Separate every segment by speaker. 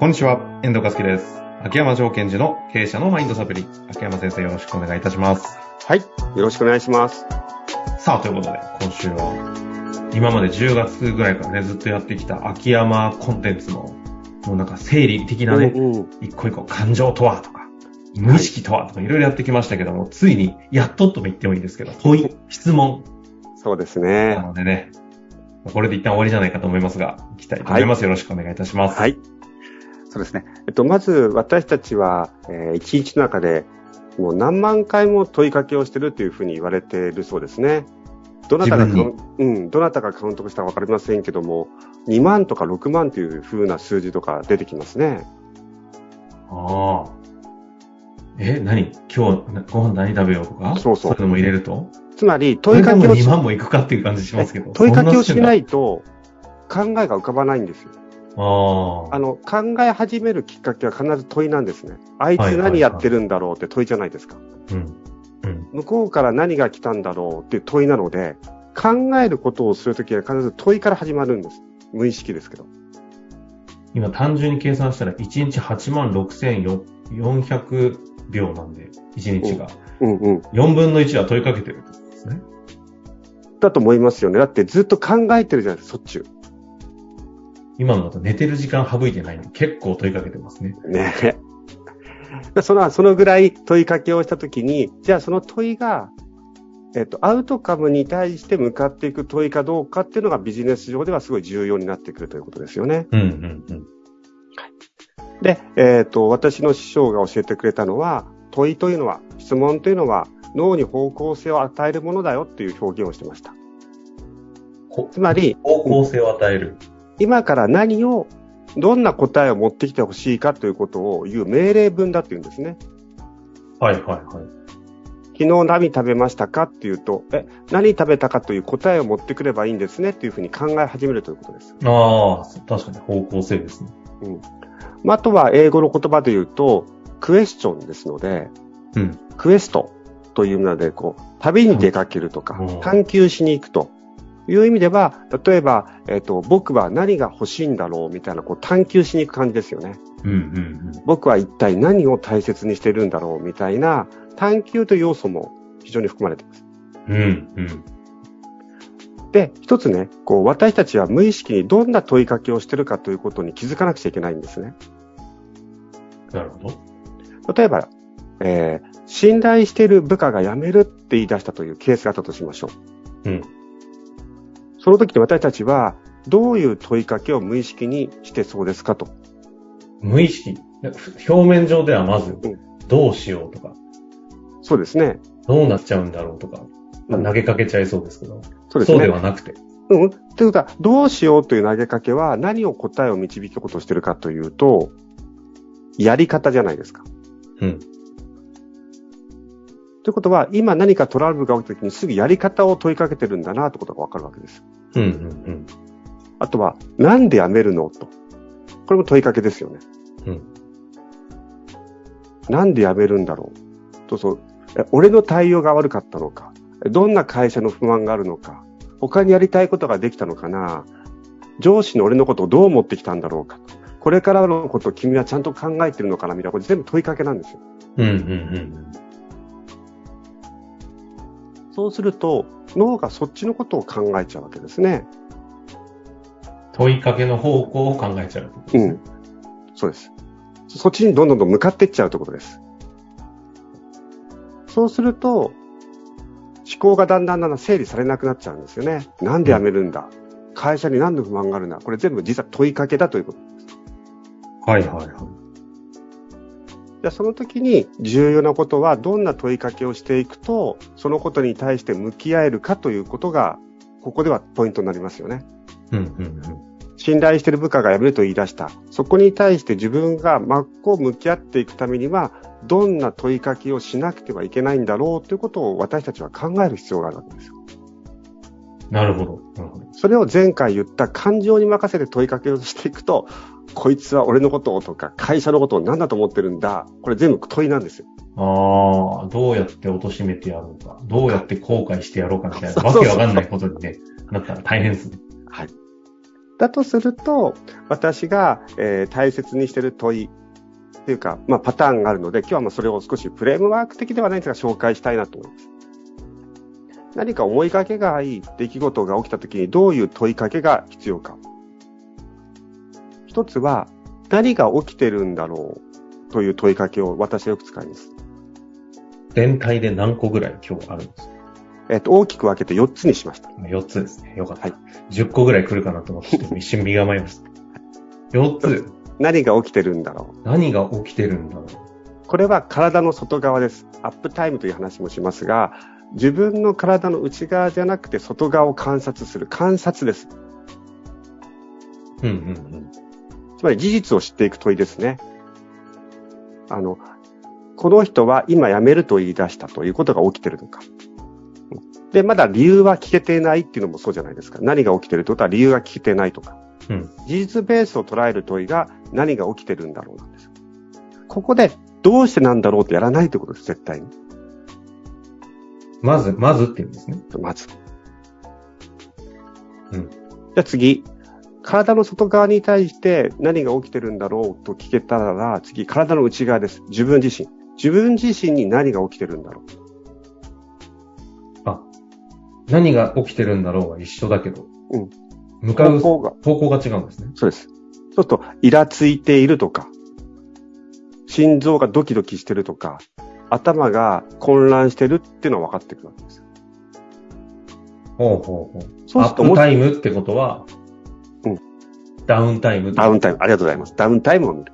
Speaker 1: こんにちは、遠藤和樹です。秋山条件時の経営者のマインドサプリ。秋山先生よろしくお願いいたします。
Speaker 2: はい。よろしくお願いします。
Speaker 1: さあ、ということで、今週は、今まで10月ぐらいからね、ずっとやってきた秋山コンテンツの、もうなんか整理的なね、
Speaker 2: うんうん
Speaker 1: 一個一個感情とはとか、無意識とはとかいろいろやってきましたけども、ついに、やっととも言ってもいいですけど、問い、質問
Speaker 2: そうです
Speaker 1: な
Speaker 2: ね。
Speaker 1: のでね、これで一旦終わりじゃないかと思いますが、いきたいと思います。よろしくお願いいたします。
Speaker 2: はい。そうですね。えっと、まず私たちは、えー、1日の中で、もう何万回も問いかけをしてるというふうに言われているそうですね。どなたがカウン、うん、どなたがカウントしたかわかりませんけども、2万とか6万というふうな数字とか出てきますね。
Speaker 1: ああ。え、何今日なご飯何食べようとか
Speaker 2: そう
Speaker 1: そ
Speaker 2: そう
Speaker 1: ういうのも入れると
Speaker 2: つまり、問いかけを
Speaker 1: それで
Speaker 2: し
Speaker 1: も2万もいくかっていう感じしますけど。。
Speaker 2: 問いかけをしないいと、考えが浮かばないんですよ。
Speaker 1: ああ。
Speaker 2: あの、考え始めるきっかけは必ず問いなんですね。あいつ何やってるんだろうって問いじゃないですか。
Speaker 1: うん。うん。
Speaker 2: 向こうから何が来たんだろうっていう問いなので、考えることをするときは必ず問いから始まるんです。無意識ですけど。
Speaker 1: 今単純に計算したら1日8万6400秒なんで、1日が。
Speaker 2: うんうん。
Speaker 1: 4分の1は問いかけてるってことですね。
Speaker 2: だと思いますよね。だってずっと考えてるじゃないですか、そっちゅう。
Speaker 1: 今のだと寝てる時間省いてないんで、結構問いかけてますね。
Speaker 2: ね え。だその、そのぐらい問いかけをしたときに、じゃあその問いが、えっと、アウトカムに対して向かっていく問いかどうかっていうのがビジネス上ではすごい重要になってくるということですよね。
Speaker 1: うんうんうん。
Speaker 2: で、えっ、と、私の師匠が教えてくれたのは、問いというのは、質問というのは、脳に方向性を与えるものだよっていう表現をしてました。
Speaker 1: ほ
Speaker 2: つまり、
Speaker 1: 方向性を与える。
Speaker 2: 今から何を、どんな答えを持ってきてほしいかということを言う命令文だっていうんですね。
Speaker 1: はいはいはい。
Speaker 2: 昨日何食べましたかっていうと、え、何食べたかという答えを持ってくればいいんですねっていうふうに考え始めるということです。
Speaker 1: ああ、確かに方向性ですね。
Speaker 2: まあ、あとは英語の言葉で言うと、クエスチョンですので、
Speaker 1: うん。
Speaker 2: クエストというもので、こう、旅に出かけるとか
Speaker 1: うんうん、
Speaker 2: 探求しに行くという意味では、例えば、えっ、と、僕は何が欲しいんだろうみたいな、こう、探求しに行く感じですよね。
Speaker 1: うんうんうん。
Speaker 2: 僕は一体何を大切にしてるんだろうみたいな、探求という要素も非常に含まれています。
Speaker 1: うん、うん。
Speaker 2: で、一つね、こう、私たちは無意識にどんな問いかけをしてるかということに気づかなくちゃいけないんですね。
Speaker 1: なるほど。
Speaker 2: 例えば、えー信頼している部下が辞めるって言い出したというケースがあったとしましょう。
Speaker 1: うん。
Speaker 2: その時に私たちは、どういう問いかけを無意識にしてそうですかと。
Speaker 1: 無意識。ふ表面上ではまず
Speaker 2: う、
Speaker 1: どうしようとか、
Speaker 2: そうですね。
Speaker 1: どうなっちゃうんだろうとか、
Speaker 2: うん
Speaker 1: 投げかけちゃいそうですけど、
Speaker 2: そうです
Speaker 1: そうで
Speaker 2: ね。
Speaker 1: はなくて。
Speaker 2: うん。ということは、どうしようという投げかけは、何を答えを導きようとしてるかというと、やり方じゃないですか。
Speaker 1: うん。
Speaker 2: ということは、今何かトラブルが起きた時にすぐやり方を問いかけてるんだなということがわかるわけです。
Speaker 1: うん、うん、
Speaker 2: あとは、なんで辞めるのと。これも問いかけですよね。
Speaker 1: うん。
Speaker 2: なんで辞めるんだろうそうそう。え俺の対応が悪かったのか。えどんな会社の不満があるのか。他にやりたいことができたのかな。上司の俺のことをどう思ってきたんだろうか。これからのことを君はちゃんと考えてるのかなみたいなこと全部問いかけなんですよ。
Speaker 1: うん。うん、うん、
Speaker 2: そうすると、脳がそっちのことを考えちゃうわけですね。
Speaker 1: 問いかけの方向を考えちゃうってこと
Speaker 2: う
Speaker 1: ですね
Speaker 2: ん。そうです。そっちにどんどんどん向かっていっちゃうということです。そうすると、思考がだんだんだんだん整理されなくなっちゃうんですよね。なんで辞めるんだ会社に何の不満があるんだこれ全部実は問いかけだということ。
Speaker 1: はい、はい、はい。
Speaker 2: じゃあその時に重要なことはどんな問いかけをしていくと、そのことに対して向き合えるかということが、ここではポイントになりますよね。
Speaker 1: うん、うん、
Speaker 2: 信頼している部下が辞めると言い出した。そこに対して自分が真っ向向き合っていくためには、どんな問いかけをしなくてはいけないんだろうということを私たちは考える必要があるわけですよ。
Speaker 1: うん。なるほど。なるほど。
Speaker 2: それを前回言った感情に任せて問いかけをしていくと、こいつは俺のことをとか、会社のことを何だと思ってるんだ。これ全部問いなんですよ。
Speaker 1: ああ、どうやって貶としめてやろうか、どうやって後悔してやろうかみたいな、
Speaker 2: そう
Speaker 1: わ
Speaker 2: そう
Speaker 1: けわかんないことにね、なったら大変ですね。
Speaker 2: はい。だだとすると、私が、えー大切にしてる問いっていうか、まあ、パターンがあるので、今日はまあそれを少しフレームワーク的ではないんですが、紹介したいなと思います。何か思いがけがい出来事が起きた時にどういう問いかけが必要か。一つは、何が起きてるんだろうという問いかけを私はよく使います。
Speaker 1: 全体で何個ぐらい今日あるんですか
Speaker 2: えっ、と、大きく分けて4つにしました。
Speaker 1: ?4 つですね。よかった。
Speaker 2: はい
Speaker 1: 10個ぐらい来るかなと思って、ちょっと一瞬身構えま した。4つ。
Speaker 2: 何が起きてるんだろ
Speaker 1: 何が起きてるんだろう。
Speaker 2: う。これは体の外側です。アップタイムという話もしますが、自分の体の内側じゃなくて外側を観察する。観察です。
Speaker 1: うんうん
Speaker 2: つまり事実を知っていく問いですね。あの、この人は今辞めると言い出したということが起きてるのか。で、まだ理由は聞けていないっていうのもそうじゃないですか。何が起きてるってことは理由が聞けてないとか。
Speaker 1: うん。うん。
Speaker 2: 事実ベースを捉える問いが何が起きてるんだろうなんですよ。ここでどうしてなんだろうってやらないということです、絶対に。
Speaker 1: まず、まずって言うんですね。
Speaker 2: まず。
Speaker 1: うん
Speaker 2: じゃあ次。体の外側に対して何が起きてるんだろうと聞けたら、次、体の内側です。自分自身。自分自身に何が起きてるんだろ
Speaker 1: 何が起きてるんだろうは一緒だけど。
Speaker 2: うん。
Speaker 1: 向
Speaker 2: う。
Speaker 1: かう
Speaker 2: 方向が。
Speaker 1: 方向が違うんですね。
Speaker 2: そうです。ちょっと、イラついているとか、心臓がドキドキしてるとか、頭が混乱してるっていうのは分かってくるわけですよ。
Speaker 1: ほうほうほう。
Speaker 2: そう
Speaker 1: ア
Speaker 2: す
Speaker 1: ッ
Speaker 2: ると
Speaker 1: プ
Speaker 2: もっと、
Speaker 1: タイムってことは、
Speaker 2: うん
Speaker 1: ダウンタイム。
Speaker 2: ダウンタイム。ありがとうございます。ダウンタイムを見る。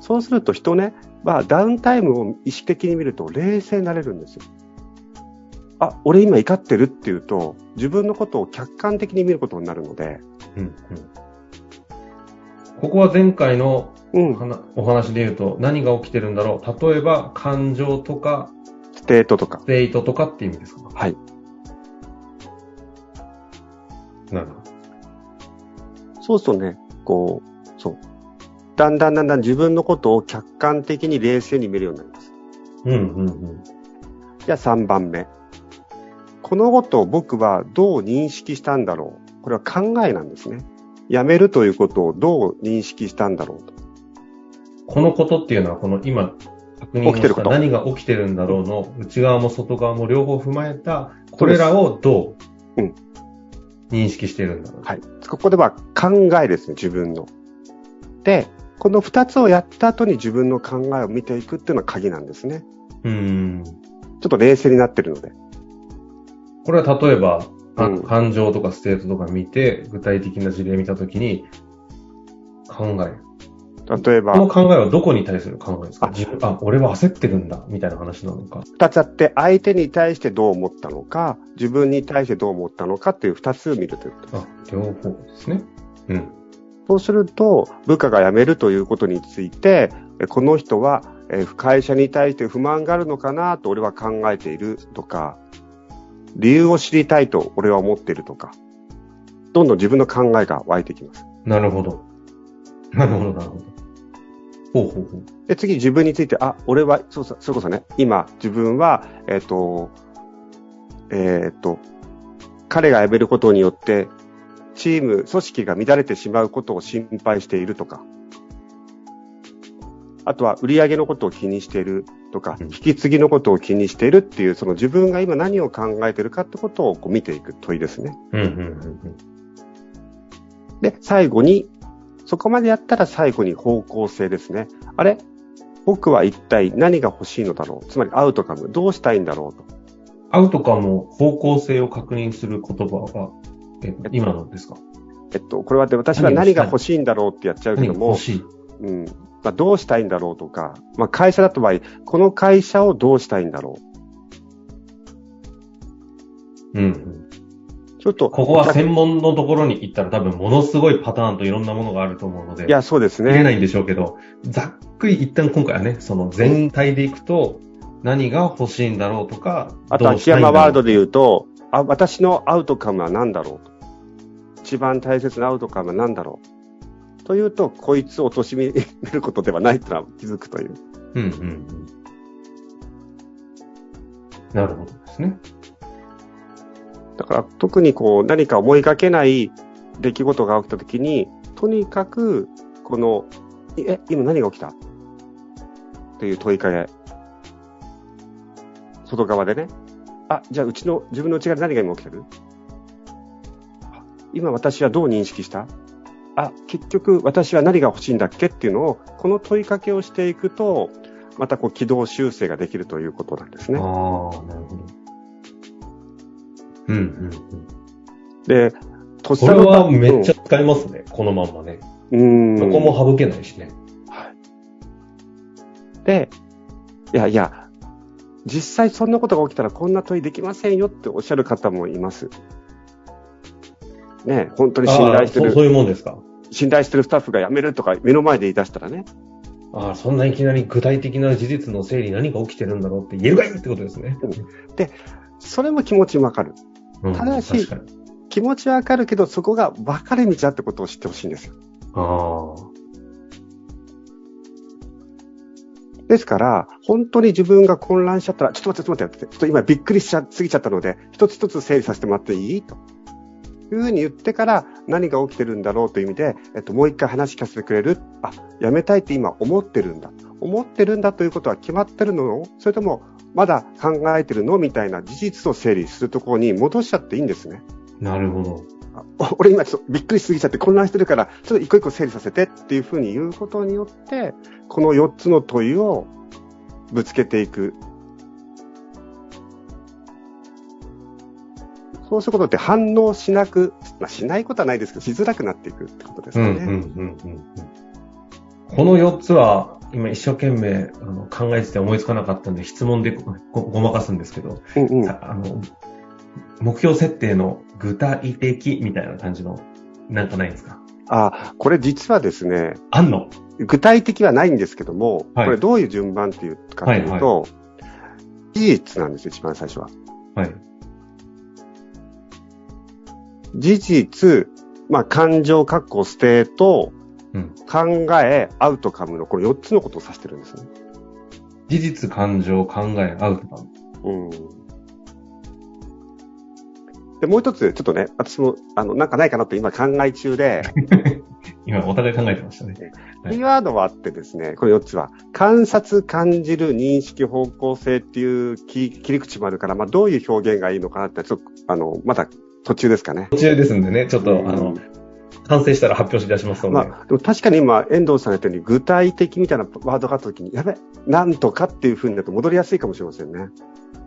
Speaker 2: そうすると人ね、まあ、ダウンタイムを意識的に見ると冷静になれるんですよ。あ、俺今怒ってるっていうと、自分のことを客観的に見ることになるので、
Speaker 1: うんうんここは前回の
Speaker 2: うん、
Speaker 1: 話お話で言うと何が起きてるんだろう例えば感情とか
Speaker 2: ステートとか
Speaker 1: ス。テイトとかって意味ですか
Speaker 2: はい。
Speaker 1: なるほど。
Speaker 2: そうするとね、こう、そう。だんだんだんだん自分のことを客観的に冷静に見るようになります。
Speaker 1: うんうんうん。
Speaker 2: じゃあ3番目。このことを僕はどう認識したんだろう。これは考えなんですね。やめるということをどう認識したんだろうと。
Speaker 1: このことっていうのはこの今確認を
Speaker 2: 起きて
Speaker 1: し
Speaker 2: る
Speaker 1: た
Speaker 2: こと
Speaker 1: 何が起きてるんだろうの内側も外側も両方踏まえたこれらをどう
Speaker 2: うん
Speaker 1: 認識してるんだろう。
Speaker 2: はい。ここでは考えですね、自分の。で、この二つをやった後に自分の考えを見ていくっていうのが鍵なんですね。
Speaker 1: うん。
Speaker 2: ちょっと冷静になってるので。
Speaker 1: これは例えば、あ
Speaker 2: うん
Speaker 1: 感情とかステートとか見て具体的な事例見たときに考える。
Speaker 2: 例え
Speaker 1: この
Speaker 2: ば、
Speaker 1: 考えはどこに対する考えですか
Speaker 2: あ
Speaker 1: 自分あ、俺は焦ってるんだ、みたいな話なのか。
Speaker 2: 二つあって、相手に対してどう思ったのか、自分に対してどう思ったのかっていう二つを見るということ。
Speaker 1: あ、両方ですね。うん。
Speaker 2: そうすると、部下が辞めるということについて、えこの人は、えー会社に対して不満があるのかなと俺は考えているとか、理由を知りたいと俺は思っているとか、どんどん自分の考えが湧いてきます。
Speaker 1: なるほど。なるほど、なるほど。ほうほうほう。
Speaker 2: で、次自分について、あ、俺は、そうさ、それこそね、今、自分は、えっ、と、えっ、と、彼が辞めることによって、チーム、組織が乱れてしまうことを心配しているとか、あとは売り上げのことを気にしているとか、
Speaker 1: うん
Speaker 2: 引き継ぎのことを気にしているっていう、その自分が今何を考えているかってことをこう見ていく問いですね。
Speaker 1: うん、うん、うん
Speaker 2: で、最後に、そこまでやったら最後に方向性ですね。あれ僕は一体何が欲しいのだろうつまりアウトカム、どうしたいんだろうと。
Speaker 1: うん。アウトかも方向性を確認する言葉は、え今のですか
Speaker 2: えっと、これはで私は何が欲しいんだろうってやっちゃうけ
Speaker 1: 何
Speaker 2: ど
Speaker 1: が欲
Speaker 2: も、
Speaker 1: しい
Speaker 2: うんまあ、どうしたいんだろうとか、まあ、会社だと場合、この会社をどうしたいんだろう。
Speaker 1: うん、うん。
Speaker 2: ちょっと、
Speaker 1: ここは専門のところに行ったら多分ものすごいパターンといろんなものがあると思うので。
Speaker 2: いや、そうです
Speaker 1: 見れ
Speaker 2: ね。
Speaker 1: ないんでしょうけど、ざっくり一旦今回はね、その全体でいくと、何が欲しいんだろうとか、
Speaker 2: あと、
Speaker 1: どうし
Speaker 2: 秋
Speaker 1: たいんだ
Speaker 2: 山
Speaker 1: ろう
Speaker 2: ワールドで言うと、あ私のアウトカムは何だろうと。一番大切なアウトカムは何だろう。というと、こいつを貶めることではないというのは気づくという。
Speaker 1: うんうんうん。なるほどですね。
Speaker 2: だから特にこう何か思いがけない出来事が起きた時に、とにかく、この、え、今何が起きたっていう問いかけ。外側でね。あ、じゃあうちの、自分の内側で何が今起きてるあ今私はどう認識したあ、結局私は何が欲しいんだっけっていうのを、この問いかけをしていくと、またこう軌道修正ができるということなんです
Speaker 1: ああ、なる
Speaker 2: ね。
Speaker 1: ほど。うんうんうん。
Speaker 2: で、と
Speaker 1: こ
Speaker 2: っさ
Speaker 1: れ
Speaker 2: の
Speaker 1: はめっちゃ使いますね。このまんまね。
Speaker 2: うん。
Speaker 1: そこも省けないしね。
Speaker 2: で、いやいや、実際そんなことが起きたらこんな問いできませんよっておっしゃる方もいます。ねえ本当に信
Speaker 1: あ
Speaker 2: 頼
Speaker 1: あ
Speaker 2: して
Speaker 1: そう
Speaker 2: る
Speaker 1: そ、ういうもんですか。
Speaker 2: 信頼してるスタッフが辞めるとか目の前で言い出したらね。
Speaker 1: ああ、そんないきなり具体的な事実の整理何が起きてるんだろうって言えるがいいってことですね。
Speaker 2: それも気持ちわかる。
Speaker 1: うん、
Speaker 2: ただし
Speaker 1: 確かに。
Speaker 2: 気持ちわかるけど、そこが分かれ道だってことを知ってほしいんですよ。
Speaker 1: ああ。
Speaker 2: ですから、本当に自分が混乱しちゃったら、ちょっと待って、ちょっと待って、ちょっと今びっくりしちゃ、すぎちゃったので、一つ一つ整理させてもらっていいと。いうふうに言ってから、何が起きてるんだろうという意味で、えっと、もう一回話聞かせてくれるあ、やめたいって今思ってるんだ。思ってるんだということは決まってるのそれとも、まだ考えてるのみたいな事実を整理するところに戻しちゃっていいんですね。
Speaker 1: なるほど。
Speaker 2: あお俺今ちょっとびっくりしすぎちゃって混乱してるから、ちょっと一個一個整理させてっていうふうに言うことによって、この4つの問いをぶつけていく。そうすることって反応しなく、まあ、しないことはないですけど、しづらくなっていくってことです
Speaker 1: う
Speaker 2: よ
Speaker 1: ん
Speaker 2: ね。
Speaker 1: うんうんうんうん。この4つは、今一生懸命あの考えてて思いつかなかったんで、質問でごごごまかすんですけど、
Speaker 2: うんうん
Speaker 1: さあの、目標設定の具体的みたいな感じの、なんかないんですか
Speaker 2: あ、これ実はですね、
Speaker 1: あんの
Speaker 2: 具体的はないんですけども、
Speaker 1: はい
Speaker 2: これどういう順番っていうかというと、事実なんですよ、一番最初は。
Speaker 1: はい。
Speaker 2: 事実、まあ、感情、かっこ、ステート、
Speaker 1: うん
Speaker 2: 考え、アウトカムの、この4つのことを指してるんですね。
Speaker 1: 事実、感情、考え、アウトか。
Speaker 2: うん。で、もう一つ、ちょっとね、私も、あの、なんかないかなって今考え中で、
Speaker 1: 今、お互い考えてましたね。 はい
Speaker 2: キーワードはあってですね、この4つは、観察、感じる、認識、方向性っていうき切り口もあるから、まあ、どういう表現がいいのかなって、ちょっと、あの、まだ途中ですかね。
Speaker 1: 途中ですんでね、ちょっと、あ
Speaker 2: う
Speaker 1: の
Speaker 2: ん、
Speaker 1: 完成したら発表し出しますので。
Speaker 2: まあ、でも確かに今、遠藤さんが言ったように、具体的みたいなワードがあった時に、やべ、なんとかっていう風になると戻りやすいかもしれませんね。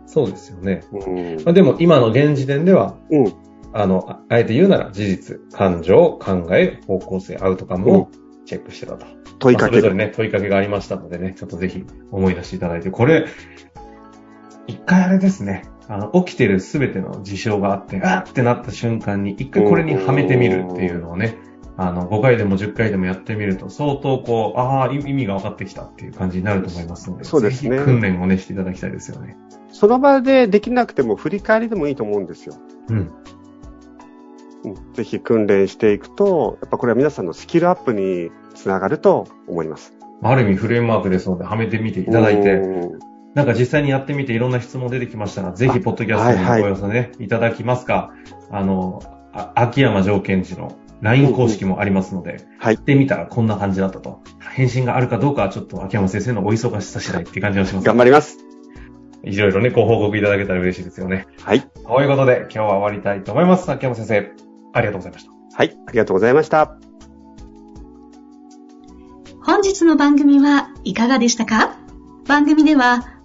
Speaker 1: そうですよね。
Speaker 2: うん。
Speaker 1: まあ、でも、今の現時点では、
Speaker 2: うん。
Speaker 1: あの、ああえて言うなら、事実、感情、考え、方向性、アウトカムをチェックしてたと。
Speaker 2: 問い
Speaker 1: まあ
Speaker 2: か
Speaker 1: それ
Speaker 2: け
Speaker 1: ぞれ
Speaker 2: る。
Speaker 1: ね、問いかけがありましたのでね、ちょっとぜひ思い出していただいて、これ、一回あれですね、あの、起きてるすべての事象があって、あーってなった瞬間に、一回これにはめてみるっていうのをね、あの、5回でも10回でもやってみると、相当こう、ああ、意意味が分かってきたっていう感じになると思いますので、
Speaker 2: そうですね
Speaker 1: ぜひ訓練をね、していただきたいですよね。
Speaker 2: その場でできなくても振り返りでもいいと思うんですよ。
Speaker 1: うん。
Speaker 2: うん。ぜひ訓練していくと、やっぱこれは皆さんのスキルアップにつながると思います。
Speaker 1: ある意味フレームワークですので、はめてみていただいて、
Speaker 2: うん
Speaker 1: なんか実際にやってみていろんな質問出てきましたが、ぜひ、ポッドキャストにご寄せね、いただきますか。あの、あ秋山条件時の LINE 公式もありますので、
Speaker 2: はい
Speaker 1: 行ってみたらこんな感じだったと。返信があるかどうかはちょっと秋山先生のお忙しさ次第って感じがします。
Speaker 2: 頑張ります。
Speaker 1: いろいろね、ご報告いただけたら嬉しいですよね。
Speaker 2: はい。
Speaker 1: ということで、今日は終わりたいと思います。秋山先生、ありがとうございました。
Speaker 2: はい。ありがとうございました。
Speaker 3: 本日の番組はいかがでしたか番組では